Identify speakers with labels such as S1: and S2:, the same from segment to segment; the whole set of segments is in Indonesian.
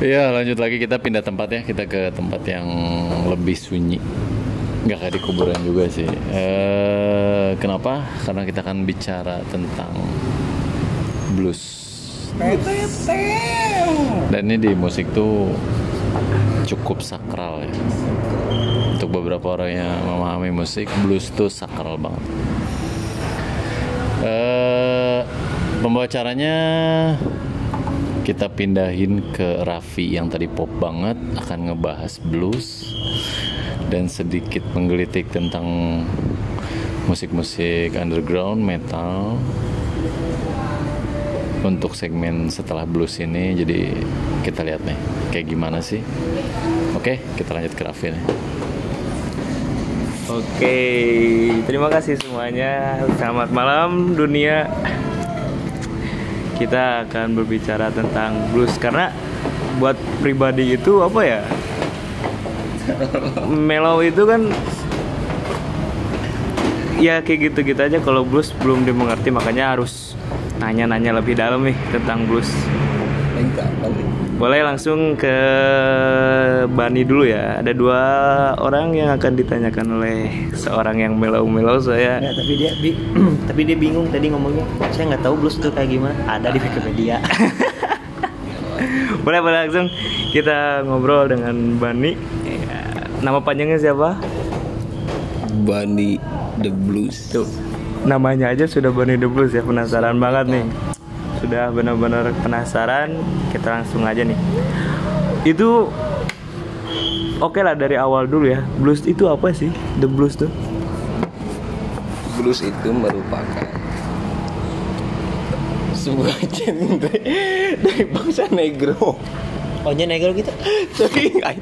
S1: Iya, lanjut lagi kita pindah tempat ya. Kita ke tempat yang lebih sunyi. Nggak kayak di kuburan juga sih. Eh, kenapa? Karena kita akan bicara tentang blues. Dan ini di musik tuh cukup sakral ya. Untuk beberapa orang yang memahami musik, blues tuh sakral banget. Eh, pembawa caranya kita pindahin ke Raffi yang tadi pop banget akan ngebahas blues dan sedikit menggelitik tentang musik-musik underground metal untuk segmen setelah blues ini jadi kita lihat nih kayak gimana sih oke kita lanjut ke Raffi nih
S2: Oke, terima kasih semuanya. Selamat malam dunia. Kita akan berbicara tentang blues karena buat pribadi itu apa ya? Mellow itu kan ya kayak gitu-gitu aja kalau blues belum dimengerti makanya harus nanya-nanya lebih dalam nih tentang blues. Boleh langsung ke Bani dulu ya. Ada dua orang yang akan ditanyakan oleh seorang yang melau-melau saya.
S3: Nggak, Ya, tapi dia bi- tapi dia bingung tadi ngomongnya. Saya nggak tahu blues tuh kayak gimana. Ada di Wikipedia.
S2: Boleh boleh langsung kita ngobrol dengan Bani. Ya, Nama panjangnya siapa?
S4: Bani The Blues
S2: Tuh. Namanya aja sudah Bani The Blues ya, penasaran banget nih. Sudah benar-benar penasaran, kita langsung aja nih. Itu Oke lah dari awal dulu ya. Blues itu apa sih? The blues tuh.
S4: Blues itu merupakan sebuah genre dari bangsa negro
S3: Ohnya negro gitu.
S4: tapi nggak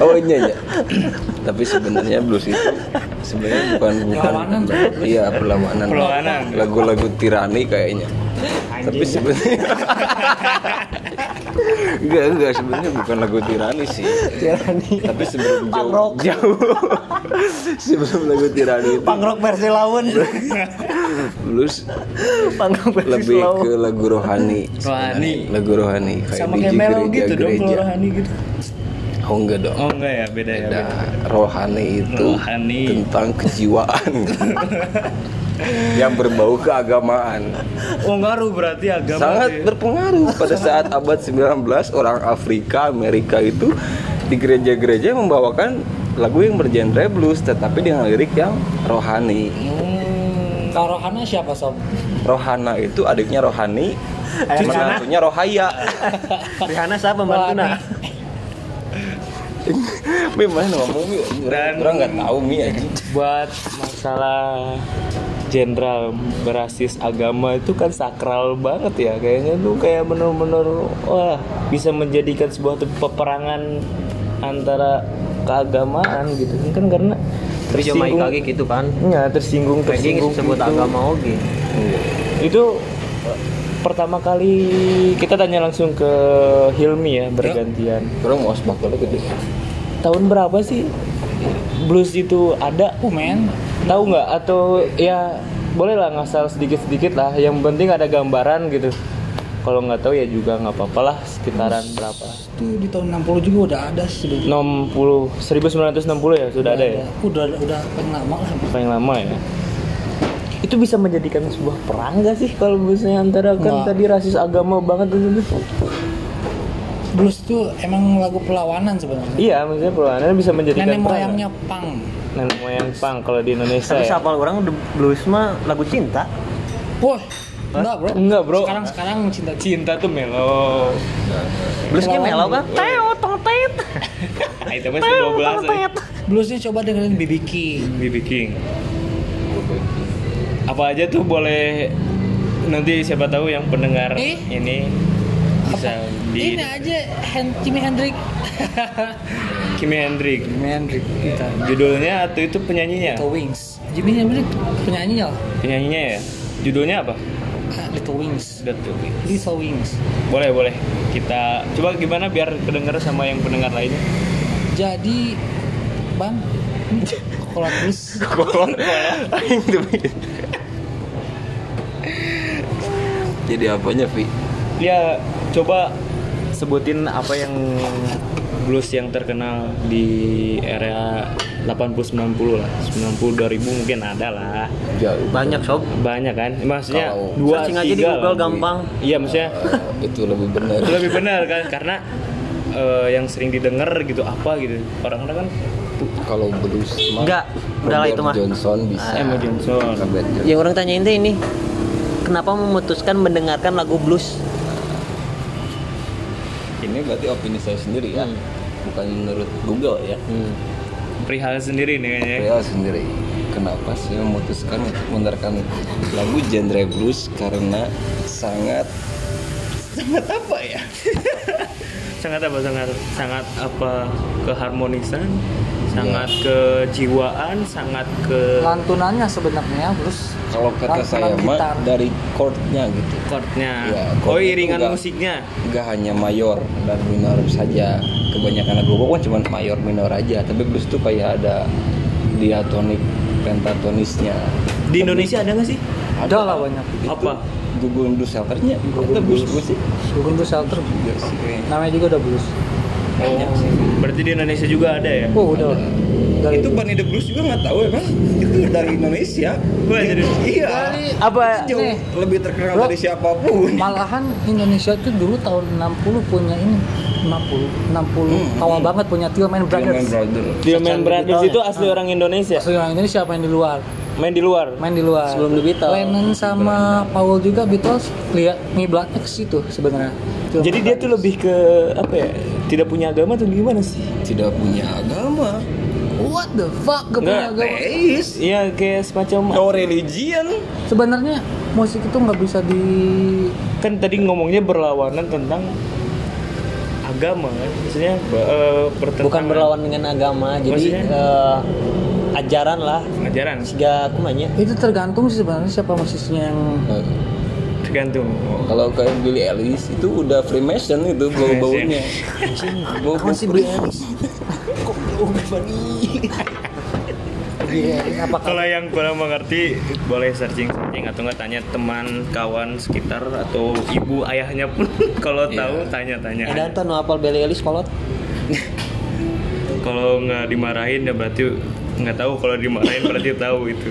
S4: oh iya iya tapi sebenarnya blues itu sebenarnya bukan bukan iya perlawanan
S2: Perlawanan.
S4: lagu-lagu tirani kayaknya tapi sebenarnya enggak enggak sebenarnya bukan lagu tirani sih tirani tapi sebelum jauh jauh sebelum lagu tirani itu
S3: Pangrok versi lawan.
S4: blues
S3: Pangrok versi
S4: lebih
S3: lawan.
S4: ke lagu rohani
S2: Rohani.
S4: lagu rohani kayak di gereja gereja
S2: gitu.
S4: oh enggak dong
S2: Oh enggak ya, beda ya.
S4: Nah, rohani itu
S2: Rohani.
S4: tentang kejiwaan yang berbau keagamaan.
S2: Oh ngaruh berarti agama iya.
S4: Sangat
S2: sih.
S4: berpengaruh pada saat abad 19 orang Afrika, Amerika itu di gereja-gereja membawakan lagu yang bergenre blues tetapi dengan lirik yang rohani.
S5: Karohana siapa sob?
S4: Rohana itu adiknya rohani, menantunya rohaya.
S3: Rihanna siapa bantu nah?
S4: Mi mana ngomong Mi? Orang orang nggak tahu Mi aja.
S2: buat masalah jenderal berasis agama itu kan sakral banget ya kayaknya tuh kayak bener-bener wah bisa menjadikan sebuah te- peperangan antara keagamaan gitu kan karena
S3: Tapi cuma
S2: tersinggung
S3: lagi gitu kan.
S2: ya tersinggung
S3: Kayak
S2: tersinggung
S3: disebut
S2: gitu.
S3: agama oke.
S2: itu eh, pertama kali kita tanya langsung ke Hilmi ya bergantian
S4: Orang mau sebak dulu gitu.
S3: Eh.
S2: tahun berapa sih blues itu ada
S5: Aku men.
S2: tahu nggak atau ya boleh lah ngasal sedikit sedikit lah yang penting ada gambaran gitu kalau nggak tahu ya juga nggak apa-apa lah sekitaran berapa
S5: Itu di tahun 60 juga udah ada sih.
S2: 60 1960 ya sudah ada ya
S5: Udah udah paling lama lah.
S2: paling lama ya itu bisa menjadikan sebuah perang nggak sih kalau misalnya antara kan
S5: Nggak.
S2: tadi rasis agama banget itu tuh.
S5: Blues tuh emang lagu perlawanan sebenarnya.
S2: iya maksudnya perlawanan bisa menjadikan
S5: Nenek
S2: perang
S5: moyangnya pang.
S2: nggak? nenek moyang pang kalau di Indonesia
S3: Tapi
S2: ya.
S3: siapa orang the blues mah lagu cinta.
S5: Wah, enggak bro.
S2: Enggak, bro.
S5: Sekarang sekarang cinta cinta.
S2: cinta tuh melo
S3: Bluesnya
S5: Melawan
S3: melo kan. Teo tong tet.
S2: nah, itu masih
S3: Teo tong tet.
S5: Bluesnya coba dengerin BB King.
S2: BB King. Apa aja tuh boleh nanti siapa tahu yang pendengar
S5: Eh?
S2: ini bisa di
S5: Ini kan? aja Hen Jimi Hendrix.
S2: Kimi Hendrix.
S5: Jimi Hendrix kita.
S2: Iya. Judulnya atau itu penyanyinya?
S5: Little Wings. Jimi Hendrix penyanyinya lah.
S2: Penyanyinya ya. Judulnya apa?
S5: Ah, Little Wings.
S2: Sudah tuh.
S5: Little Wings.
S2: Boleh boleh. Kita coba gimana biar kedengar sama yang pendengar lainnya.
S5: Jadi, Bang, kalau blues
S4: Kolon. Aing demi. Jadi apanya Vi?
S2: Ya Iya, coba sebutin apa yang blues yang terkenal di era 80 90 lah. 90 2000 mungkin ada lah.
S4: jauh
S3: Banyak sob.
S2: Banyak kan? Maksudnya
S4: Kalau
S2: dua
S3: searching
S2: tiga
S3: aja di Google
S2: lah.
S3: gampang.
S2: Iya, maksudnya
S4: Eh, itu lebih benar
S2: itu lebih benar kan karena eh, yang sering didengar gitu apa gitu. Orang-orang kan
S4: kalau blues mah
S3: Enggak, udah lah
S4: Robert
S3: itu mah. Ah,
S4: Johnson bisa
S2: Emma Johnson.
S4: Robert Johnson.
S3: Yang orang tanyain teh ini, kenapa memutuskan mendengarkan lagu blues?
S4: ini berarti opini saya sendiri
S3: Hmm.
S4: ya bukan menurut Google ya
S2: perihal sendiri nih kayaknya.
S4: saya sendiri kenapa saya memutuskan untuk mendengarkan lagu genre blues karena sangat sangat apa ya
S2: sangat apa sangat sangat apa keharmonisan sangat kejiwaan sangat ke
S5: lantunannya sebenarnya terus
S4: kalau kata
S5: lantunan
S4: saya
S5: gitar.
S4: mah dari chordnya gitu
S2: chordnya
S4: Ya,
S2: oh
S4: chordnya
S2: iringan
S4: juga.
S2: musiknya
S4: nggak hanya mayor dan minor saja kebanyakan lagu gua kan cuma mayor minor aja tapi blues tuh kayak ada diatonik pentatonisnya
S2: di Indonesia ada nggak sih
S5: ada lah banyak
S4: Itu
S2: Apa?
S4: gugun blues shelternya itu blues blues sih
S5: Gugun Blues Shelter namanya juga udah blues
S4: banyak sih
S2: berarti di Indonesia juga ada ya
S5: oh udah dari
S4: Nah, itu Bunny the Blues juga nggak tahu emang itu dari Indonesia
S2: Wah, jadi-
S4: iya
S5: Dari-
S4: apa
S5: Jauh nih.
S4: lebih terkenal
S5: Bro.
S4: dari siapapun
S5: malahan Indonesia itu dulu tahun 60 punya ini 50 60
S4: Hmm,
S5: awal
S4: hmm.
S5: banget punya Tillman
S4: Gilman
S5: Brothers
S4: Brother
S2: Dillman
S5: Secara
S2: Brothers
S5: digitalnya.
S2: itu asli orang Indonesia
S5: Asli orang Indonesia main di luar
S2: main di luar
S5: main di luar
S3: Sebelum The Beatles.
S5: Lennon sama Paul juga Beatles lihat ngiblatnya ke situ sebenarnya Tillman
S2: jadi dia
S5: Brothers.
S2: tuh lebih ke apa ya tidak punya agama tuh gimana sih
S4: tidak punya agama
S5: what the fuck gak punya
S2: Nggak,
S5: agama
S4: ateis
S2: Iya kayak semacam
S4: no
S3: Oh.
S4: religion
S5: sebenarnya musik itu nggak bisa di
S2: kan tadi ngomongnya berlawanan tentang agama kan maksudnya eh, pertentangan.
S3: Bukan berlawan dengan agama, jadi
S2: Maksudnya?
S3: eh, ajaran lah.
S2: ajaran
S3: Siga kumanya.
S5: itu tergantung sih sebenarnya siapa musisinya yang
S4: Nah,
S3: eh,
S2: tergantung
S4: kalau kayak Billy Ellis itu udah Freemason itu bau baunya bau bau
S5: masih beli Iya, apa
S2: Kalau yang kurang mengerti boleh searching searching atau nggak tanya teman kawan sekitar atau ibu ayahnya pun kalau
S3: Iya.
S2: tahu tanya-tanya. aja.
S3: Edan tuh nu apal Billie Eilish kolot.
S2: Kalau nggak dimarahin ya berarti nggak tahu kalau dimarahin berarti tahu itu.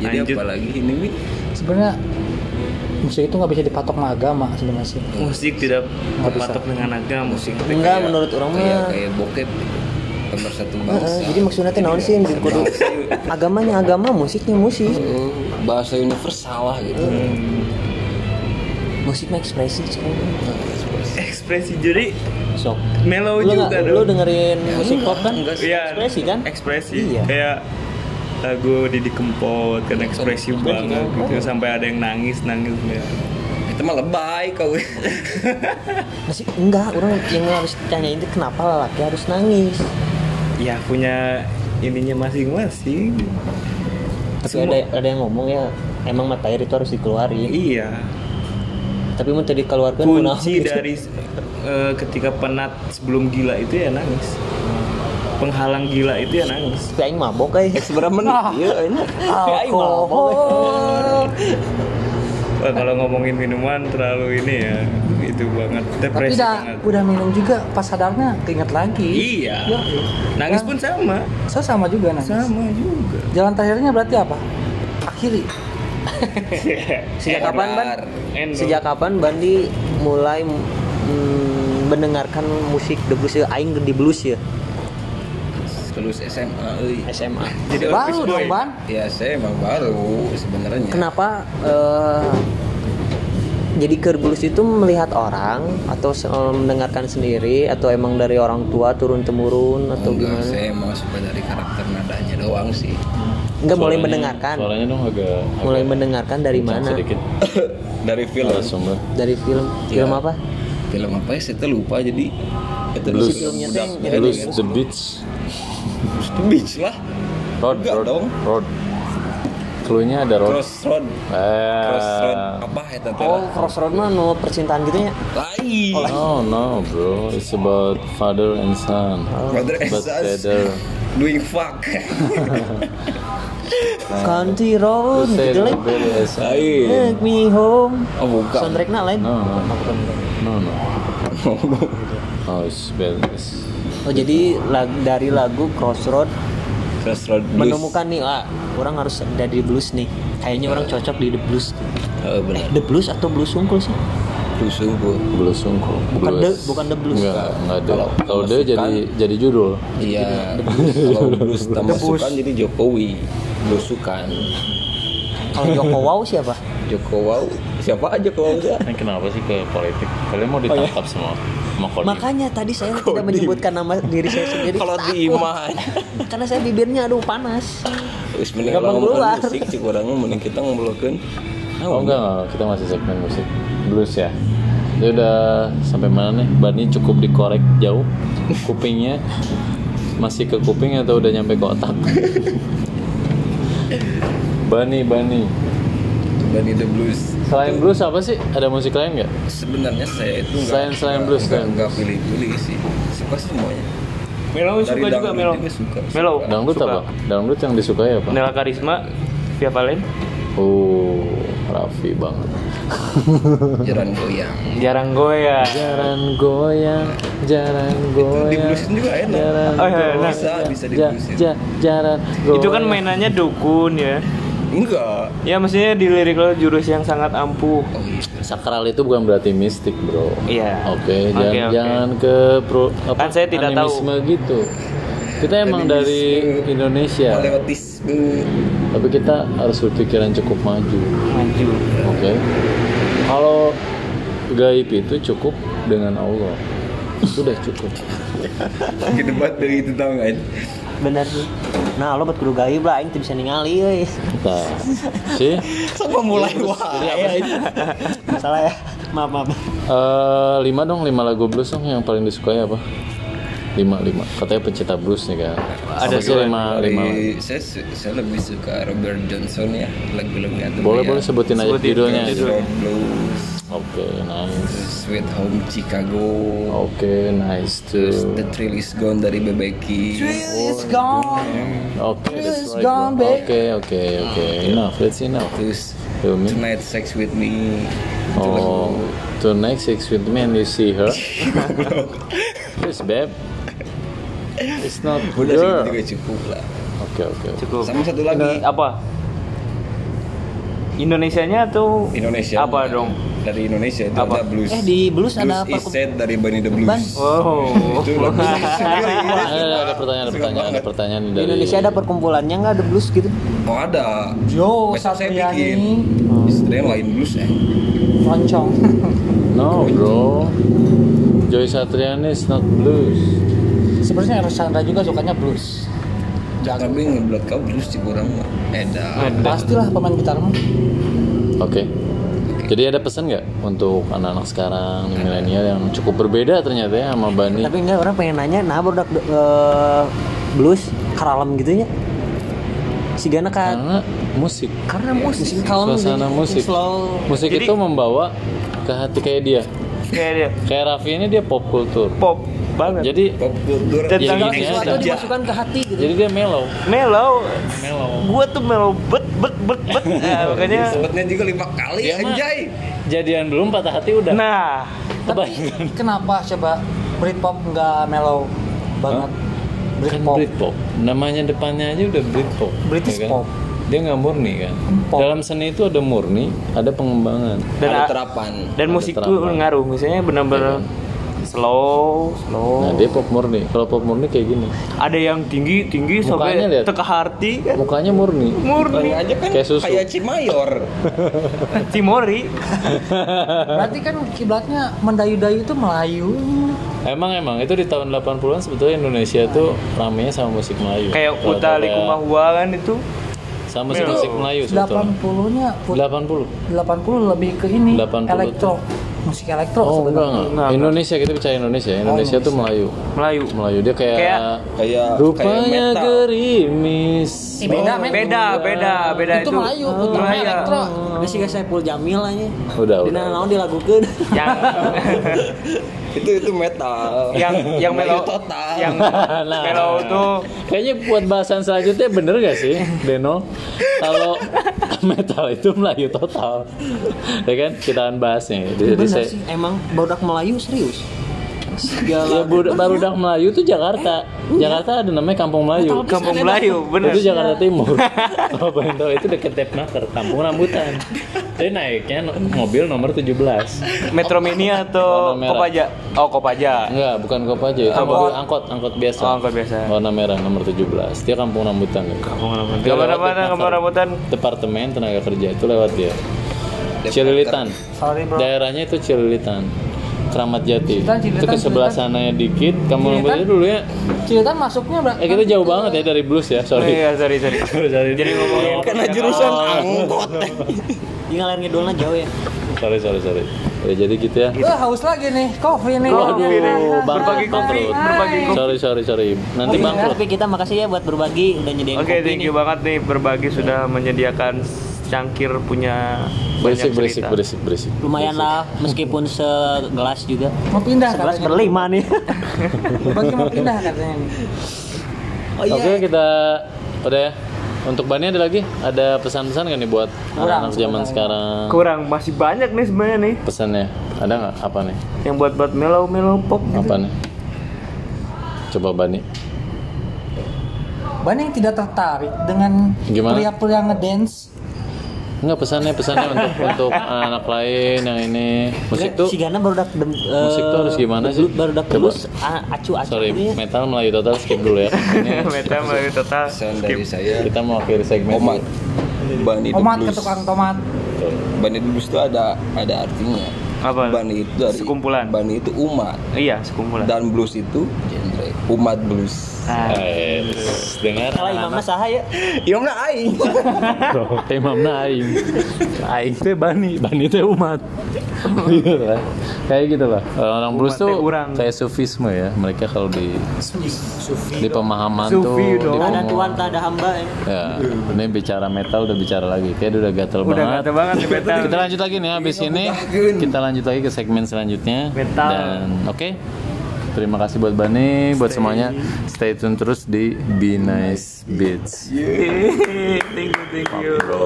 S4: jadi
S2: Lanjut.
S4: apalagi ini Mi?
S5: sebenarnya musik itu nggak bisa dipatok sama agama sebenarnya sih
S2: Musik tidak
S5: Nggak bisa.
S2: berpatok dengan agama musik.
S3: Enggak menurut orang mah.
S4: kayak kayak bokep nomor satu bangsa
S3: Heeh, jadi maksudnya teh naon sih yang kudu agamanya agama, musiknya musik.
S4: Eh, bahasa universal lah gitu
S3: Hmm. Musik mah ekspresi sih.
S2: Ekspresi jadi
S3: Sok.
S2: mellow
S3: Lu,
S2: juga
S3: nggak- lu
S2: dong. Ya,
S3: dengerin musik
S4: enggak,
S3: pop kan?
S4: enggak Ya, sih.
S2: Iya,
S3: ekspresi kan?
S2: Ekspresi.
S3: Iya.
S2: Kayak lagu Didi Kempot kan ekspresi
S4: Ekspresi
S2: banget
S4: kan.
S3: Oh.
S2: gitu sampai ada yang nangis nangis ya.
S4: itu mah lebay kau
S3: Masih enggak, orang yang harus tanyain itu kenapa lelaki harus nangis?
S2: ya punya ininya masing-masing
S3: Tapi
S2: Semua-
S3: ada ada yang ngomong ya emang mata air itu harus dikeluarin.
S2: iya
S3: Tapi mau tadi keluarkan
S2: kunci dari eh, ketika penat sebelum gila itu ya nangis penghalang gila itu ya nangis
S3: Aing mabok kayak
S4: seberapa menit
S2: Ah,
S4: iya ini
S3: Aing mabok.
S2: Wah, kalau ngomongin minuman terlalu ini ya itu banget
S5: tapi
S2: depresi
S5: udah
S2: banget
S5: udah ya, minum juga pas sadarnya keinget lagi
S2: iya
S5: Yo, Nah.
S2: nangis pun sama
S5: saya sama juga nangis
S2: sama juga
S5: jalan terakhirnya berarti apa akhiri
S3: Sejak kapan, Ban?
S2: Endo.
S3: Sejak kapan Bandi mulai mm, mendengarkan musik the blues ya? Aing di blues ya
S4: lulus SMA euy.
S3: SMA.
S2: jadi
S5: baru
S2: office boy. Iya.
S5: dong ban
S4: ya saya emang baru sebenarnya
S3: Kenapa eh, jadi ke blues itu melihat orang atau se- eh, mendengarkan sendiri atau emang dari orang tua turun temurun atau
S4: Enggak,
S3: gimana?
S4: saya emang suka dari karakter nadanya doang sih
S3: Enggak mulai
S1: Suaranya-
S3: mendengarkan.
S1: Suaranya dong agak agak
S3: Mulai mendengarkan dari
S1: kencang
S3: mana?
S1: Sedikit
S4: dari film
S1: narasumber.
S3: Dari film. Film
S4: Iya.
S3: apa?
S4: film apa ya saya tuh lupa jadi itu dulu
S1: Blues.
S4: filmnya budak
S3: Filmnya tuh yang-
S1: Blues the Beach.
S4: The beach lah
S1: Road,
S4: Enggak
S1: road,
S4: dong.
S1: road. Cluenya ada road.
S4: crossroad
S1: Oh. Eh.
S4: crossroad apa ya tante
S3: Oh, Crossroad mah nu percintaan gitu ya.
S4: lain
S1: No, no, bro. It's about father and son.
S4: brother Oh. and
S1: But
S4: sons
S1: better.
S4: doing fuck
S3: Country
S4: Oh,
S3: road gitu like
S4: Lain.
S3: Take me home.
S4: Oh, bukan.
S3: Soundtracknya lain.
S1: No, no, no, no. Oh, it's bad. It's...
S3: Oh jadi lag- dari lagu Crossroad
S4: Crossroad Blues.
S3: menemukan nih ah orang harus ada di blues nih. Kayaknya orang cocok di the blues.
S4: Oh, benar.
S3: The blues atau blues sungkul sih?
S4: Blues unggul.
S1: Blues sungkul.
S3: Bukan
S1: Blues.
S3: The- bukan The Blues.
S1: Enggak, enggak The.
S4: Kalau-
S1: Kalau The
S4: masukkan-
S1: jadi jadi judul.
S4: Iya. Kalau blues tambahkan jadi Jokowi. Blusukan.
S3: Kalau Joko Wow siapa?
S4: Jokowi. Siapa aja Jokowi?
S1: kenapa sih ke politik? Kalian mau ditangkap semua. Mau kodim.
S3: Oh, iya. Makanya tadi saya tidak menyebutkan nama diri saya sendiri.
S4: Kalau
S3: takut.
S4: di imah aja.
S3: Karena saya bibirnya aduh panas.
S4: Terus mending kalau
S3: Gampang keluar.
S4: ngomongin musik, cik orangnya mending kita ngobrolkan.
S1: Oh enggak, enggak, kita masih segmen musik. Blues ya. Dia udah sampai mana nih? Bani cukup dikorek jauh. Kupingnya masih ke kuping atau udah nyampe ke otak? Bani, Bani.
S4: Bani the Blues.
S1: Selain blues apa sih? Ada musik lain nggak?
S4: Sebenarnya saya itu nggak-
S1: Selain- selain
S4: nggak-
S1: blues,
S4: nggak
S1: selain
S4: nggak pilih-pilih sih. Suka semuanya.
S2: Melo
S4: Dari
S2: suka juga
S4: dangdut
S2: Melo.
S4: juga suka.
S2: Melo
S1: Dangdut
S2: suka.
S1: apa? Dangdut yang disukai apa?
S2: Nela Karisma, Via Valen.
S1: Oh, Raffi banget.
S4: Jaran goyang.
S2: Jarang goyah.
S1: Jaran goyang, jaran goyang.
S4: di bluesin juga enak.
S1: Jaran
S2: Oh, iya, enak.
S4: Bisa, bisa di
S1: ja-
S4: bluesin.
S1: ja- jaran goyang.
S2: Itu kan mainannya dukun ya.
S4: Enggak. Oh, iya.
S2: Ya maksudnya di lirik lo jurus yang sangat ampuh.
S1: sakral itu bukan berarti mistik, Bro.
S2: Iya.
S1: Oke,
S2: Oke,
S1: jangan
S2: oke.
S1: jangan ke pro, apa
S2: Kan saya tidak tahu.
S1: animisme gitu. Kita emang dari
S4: Animisme.
S1: Indonesia,
S4: Paleotisme.
S1: tapi kita harus berpikiran cukup maju.
S2: Maju.
S1: Oke. Kalau gaib itu cukup dengan Allah. Sudah cukup.
S4: Kita debat gitu, dari itu tau nggak?
S3: Bener sih. Nah, lo buat guru gaib lah, aing teu bisa ningali euy. Iya,
S1: Nah, sih
S4: Sama mulai wah.
S3: Salah ya. Maaf, maaf.
S1: eh lima dong, lima lagu blues dong yang paling disukai apa? Lima, lima. Katanya pencinta blues nih kan. Ada sih lima, lima.
S4: Dari, saya, su- saya lebih suka Robert Johnson ya lagu-lagunya tuh
S1: Boleh,
S4: kayak
S1: boleh sebutin aja
S2: Sebutin
S1: judulnya.
S2: aja.
S1: aja.
S4: Road Blues,
S1: Oke, nice.
S4: Sweet Home Chicago,
S1: Oke, nice
S4: terus
S1: too.
S4: The Thrill Is Gone dari Bebeki.
S2: Iya.
S1: Oke, that's right. bro. Oke, oke, oke. Enough, that's enough.
S4: Terus
S1: Feel me?
S4: Tonight Sex With Me. Itu
S1: Oh,
S4: lagu.
S1: tonight six with me and you see her. Yes, babe. It's not
S4: Udah sih itu
S1: girl.
S4: juga cukup lah.
S1: Oke, oke. oke.
S2: Cukup.
S4: Sama satu lagi.
S2: Indo- Gitu. apa? Indonesianya atau
S4: Indonesia.
S2: Apa dong?
S4: Dari Indonesia itu
S2: Apa? Oh.
S4: ada blues.
S3: Eh, di blues ada
S4: Blues is
S3: apa?
S4: Sad dari Bunny the Blues.
S3: Ban.
S2: Wow.
S4: Itu lagu sendiri.
S1: Ada, ada pertanyaan, ada
S4: Suka
S1: pertanyaan, ada
S4: banget.
S1: pertanyaan
S3: Di
S1: dari
S3: Indonesia ada perkumpulannya nggak ada blues gitu?
S4: Oh ada.
S1: Oh,
S5: Jo
S4: Besok saya
S5: Satriani.
S4: bikin.
S2: Hmm.
S4: Istrinya lain blues eh.
S5: Roncong.
S1: No, bro. Joy Satriani is not blues.
S5: Sebenarnya Eros Chandra juga sukanya blues.
S4: Tapi ngeblot kau blues sih kurang mah. Eda.
S5: Pastilah pemain gitarmu.
S1: Oke. Jadi ada pesan nggak untuk anak-anak sekarang nih, milenial yang cukup berbeda ternyata ya sama Bani?
S3: Tapi enggak orang pengen nanya, nah produk eh, blues karalem gitu ya. Sigana kan
S1: Karena musik.
S3: karena musik kalem
S1: Suasana
S3: gitu.
S1: musik.
S3: Slow.
S1: Musik
S2: Jadi-
S1: itu membawa ke hati kayak dia.
S2: Kayak dia
S1: Kayak Raffi ini dia pop kultur.
S2: pop banget.
S1: Jadi
S4: Pop kultur.
S2: Tentang
S1: Jadi
S2: ini
S1: gini
S2: aja.
S1: aja.
S3: Sesuatu dimasukkan ke hati gitu.
S1: Jadi dia mellow.
S2: Melo. Gue tuh melo bet bet bet bet. Nah, makanya.
S4: Sebutnya juga lima kali
S1: Iya, Mak.
S4: anjay.
S1: Jadian belum patah hati udah.
S2: Nah,
S5: Tapi kenapa coba Britpop nggak mellow banget?
S1: kan
S5: Britpop.
S1: Britpop. Namanya depannya aja udah Britpop.
S5: British
S1: ya kan?
S5: pop.
S1: Dia nggak murni kan.
S5: Pop.
S1: Dalam seni itu ada murni, ada pengembangan.
S2: dan
S4: Ada
S2: a-
S4: terapan.
S2: dan
S1: Ada
S2: musik tuh
S1: terapan.
S2: ngaruh. Misalnya benar-benar slow, slow.
S1: Nah dia pop murni. Kalau pop murni kayak gini,
S2: Ada yang tinggi tinggi
S1: Mukanya
S2: sampai
S1: lihat.
S2: teka hati kan.
S1: mukanya murni.
S2: Murni.
S4: Tanya aja kan
S1: Kayak susu.
S4: kayak Cimayor.
S2: Cimori.
S5: Berarti kan kiblatnya mendayu-dayu itu Melayu.
S1: Emang emang itu di tahun 80-an sebetulnya Indonesia tuh ramenya sama musik Melayu.
S2: Kayak
S1: Kalau
S2: Uta
S1: ada-
S2: Likumahua kan itu.
S1: sama musik Melayu sebetulnya.
S5: 80-nya
S1: 80.
S5: 80 lebih ke ini
S1: 80.
S5: elektro. Musik elektro
S1: Oh, enggak,
S5: sebenarnya.
S1: enggak. Indonesia kita bicara Indonesia. Indonesia tuh Melayu.
S2: Melayu.
S1: Melayu dia kayak,
S2: Kayak-
S4: Kayak- kayak
S1: rupanya
S4: metal.
S1: gerimis
S5: Eh, beda, men.
S2: Beda, beda,
S5: itu.
S2: beda Ya, itu.
S5: Melayu, utama
S2: Melayu.
S5: elektro.
S3: Geus sih saya pul jamil aja.
S1: Oh, Udah,
S3: Dina
S1: udah,
S3: naon dilakukeun.
S2: Yang
S4: itu itu metal
S2: yang yang
S4: Melayu
S2: melo
S4: total.
S2: yang
S1: Nah.
S2: melo tuh
S1: Kayaknya buat bahasan selanjutnya bener gak sih, Deno? Kalau metal itu Melayu total. Ya kan? Kita akan bahasnya. Jadi
S3: Bener
S1: saya
S3: sih, emang bodak Melayu serius.
S1: Ya,
S3: Segala
S1: budak, barudak Melayu tuh Jakarta. Jakarta ada namanya Kampung Melayu.
S2: Iya. kampung Melayu bener Iya.
S1: Itu Jakarta Timur. Kalau pengen tahu itu deket Depnaker, Kampung Rambutan. Jadi naiknya no- mobil nomor 17.
S2: Metromania
S1: Warna
S2: atau
S1: merah.
S2: Kopaja oh Kopaja
S1: Enggak, bukan Kopaja itu
S2: Angkot.
S1: mobil angkot, angkot biasa.
S2: Oh, angkot biasa.
S1: Warna merah nomor 17. Dia Kampung Rambutan. Kan?
S2: kemana-mana
S1: Kampung
S2: kemana-mana
S1: Departemen Tenaga Kerja itu lewat dia. Cililitan. Daerahnya itu Cililitan. Keramat Jati.
S5: Cililitan, Cililitan,
S1: itu ke sebelah sananya dikit, Kampung Rambutan
S5: Cililitan.
S1: dulu ya.
S5: Cerita masuknya berapa?
S1: Eh kita jauh banget ya dari blues ya,
S2: Oh
S1: sorry.
S2: iya, sorry, sorry.
S1: Sorry.
S2: Jadi ngomongin
S4: karena jurusan
S2: oh.
S4: angkot
S3: Tinggalan ngidolna jauh ya.
S1: sorry, sorry, sorry. Ya, jadi gitu ya.
S5: Wah, Eh, haus lagi nih, kopi nih.
S1: Waduh,
S5: Kopi nih.
S1: bangkrut.
S2: Berbagi kopi,
S1: Bangkrut.
S2: berbagi kopi.
S1: Sorry, sorry, sorry.
S5: Oh,
S1: Nanti
S5: iya.
S1: bangkrut.
S3: Tapi kita makasih ya buat berbagi udah nyediain
S2: Oh, Oke,
S3: kopi
S2: thank you banget nih berbagi sudah menyediakan cangkir punya banyak
S1: Berisik, berisik,
S2: cerita.
S1: berisik, berisik.
S3: Lumayan lah meskipun segelas juga.
S5: Mau pindah
S3: Segelas
S5: katanya.
S3: berlima nih.
S5: Berbagi mau pindah katanya nih.
S2: Oh, iya.
S1: Oke kita udah ya. Untuk Bani ada lagi? Ada pesan-pesan nggak nih buat anak zaman sekarang?
S2: Kurang masih banyak nih sebenarnya nih
S1: Pesannya ada nggak? Apa nih?
S2: yang buat buat mellow mellow pop.
S1: Apa nih? Coba Bani.
S5: Banyak yang tidak tertarik dengan
S1: Gimana?
S5: pria-pria ngedance.
S1: Nggak pesannya pesannya untuk untuk anak lain yang ini musik tuh.
S3: si Gana baru dak dem, eh,
S1: Musik tuh harus gimana sih?
S3: Baru dak
S1: Coba.
S3: lulus a- acu-acu
S1: Sorry,
S3: gitu ya.
S1: metal Melayu total skip dulu ya. Ini
S2: Meta melalui total.
S4: pesan dari saya
S1: kita mau akhiri segmen.
S4: omat bani the
S5: Tomat ke
S4: blues
S5: tukang tomat.
S4: bani the blues itu ada ada artinya
S2: Apa?
S4: bani itu dari
S2: Sekumpulan.
S4: bani itu umat
S2: Iya, sekumpulan.
S4: dan blues itu genre umat blues
S2: Ah,
S1: Yes, dengar.
S3: Kalau imamnya saha ya?
S4: Imam aing
S1: Imamna aing. Aing teh Bani, Bani teh umat. Gitu lah. Kayak gitu lah. Orang blues
S2: Umat teh
S1: tuh
S2: urang.
S1: kayak sufisme ya. Mereka kalau di di pemahaman
S2: Sufi
S1: tuh di
S2: dong.
S3: Tak ada
S1: pemua-
S3: tuan, tak ada hamba ya.
S1: Ya, ini bicara metal udah bicara lagi. Kayak udah gatel
S2: udah
S1: banget.
S2: kata banget nih metal.
S1: Kita lanjut lagi nih habis ini kita lanjut lagi ke segmen selanjutnya
S2: Metal.
S1: dan oke. Terima kasih buat Bani, buat semuanya. Stay tune terus di Be Nice Beats.
S2: Thank you, thank you.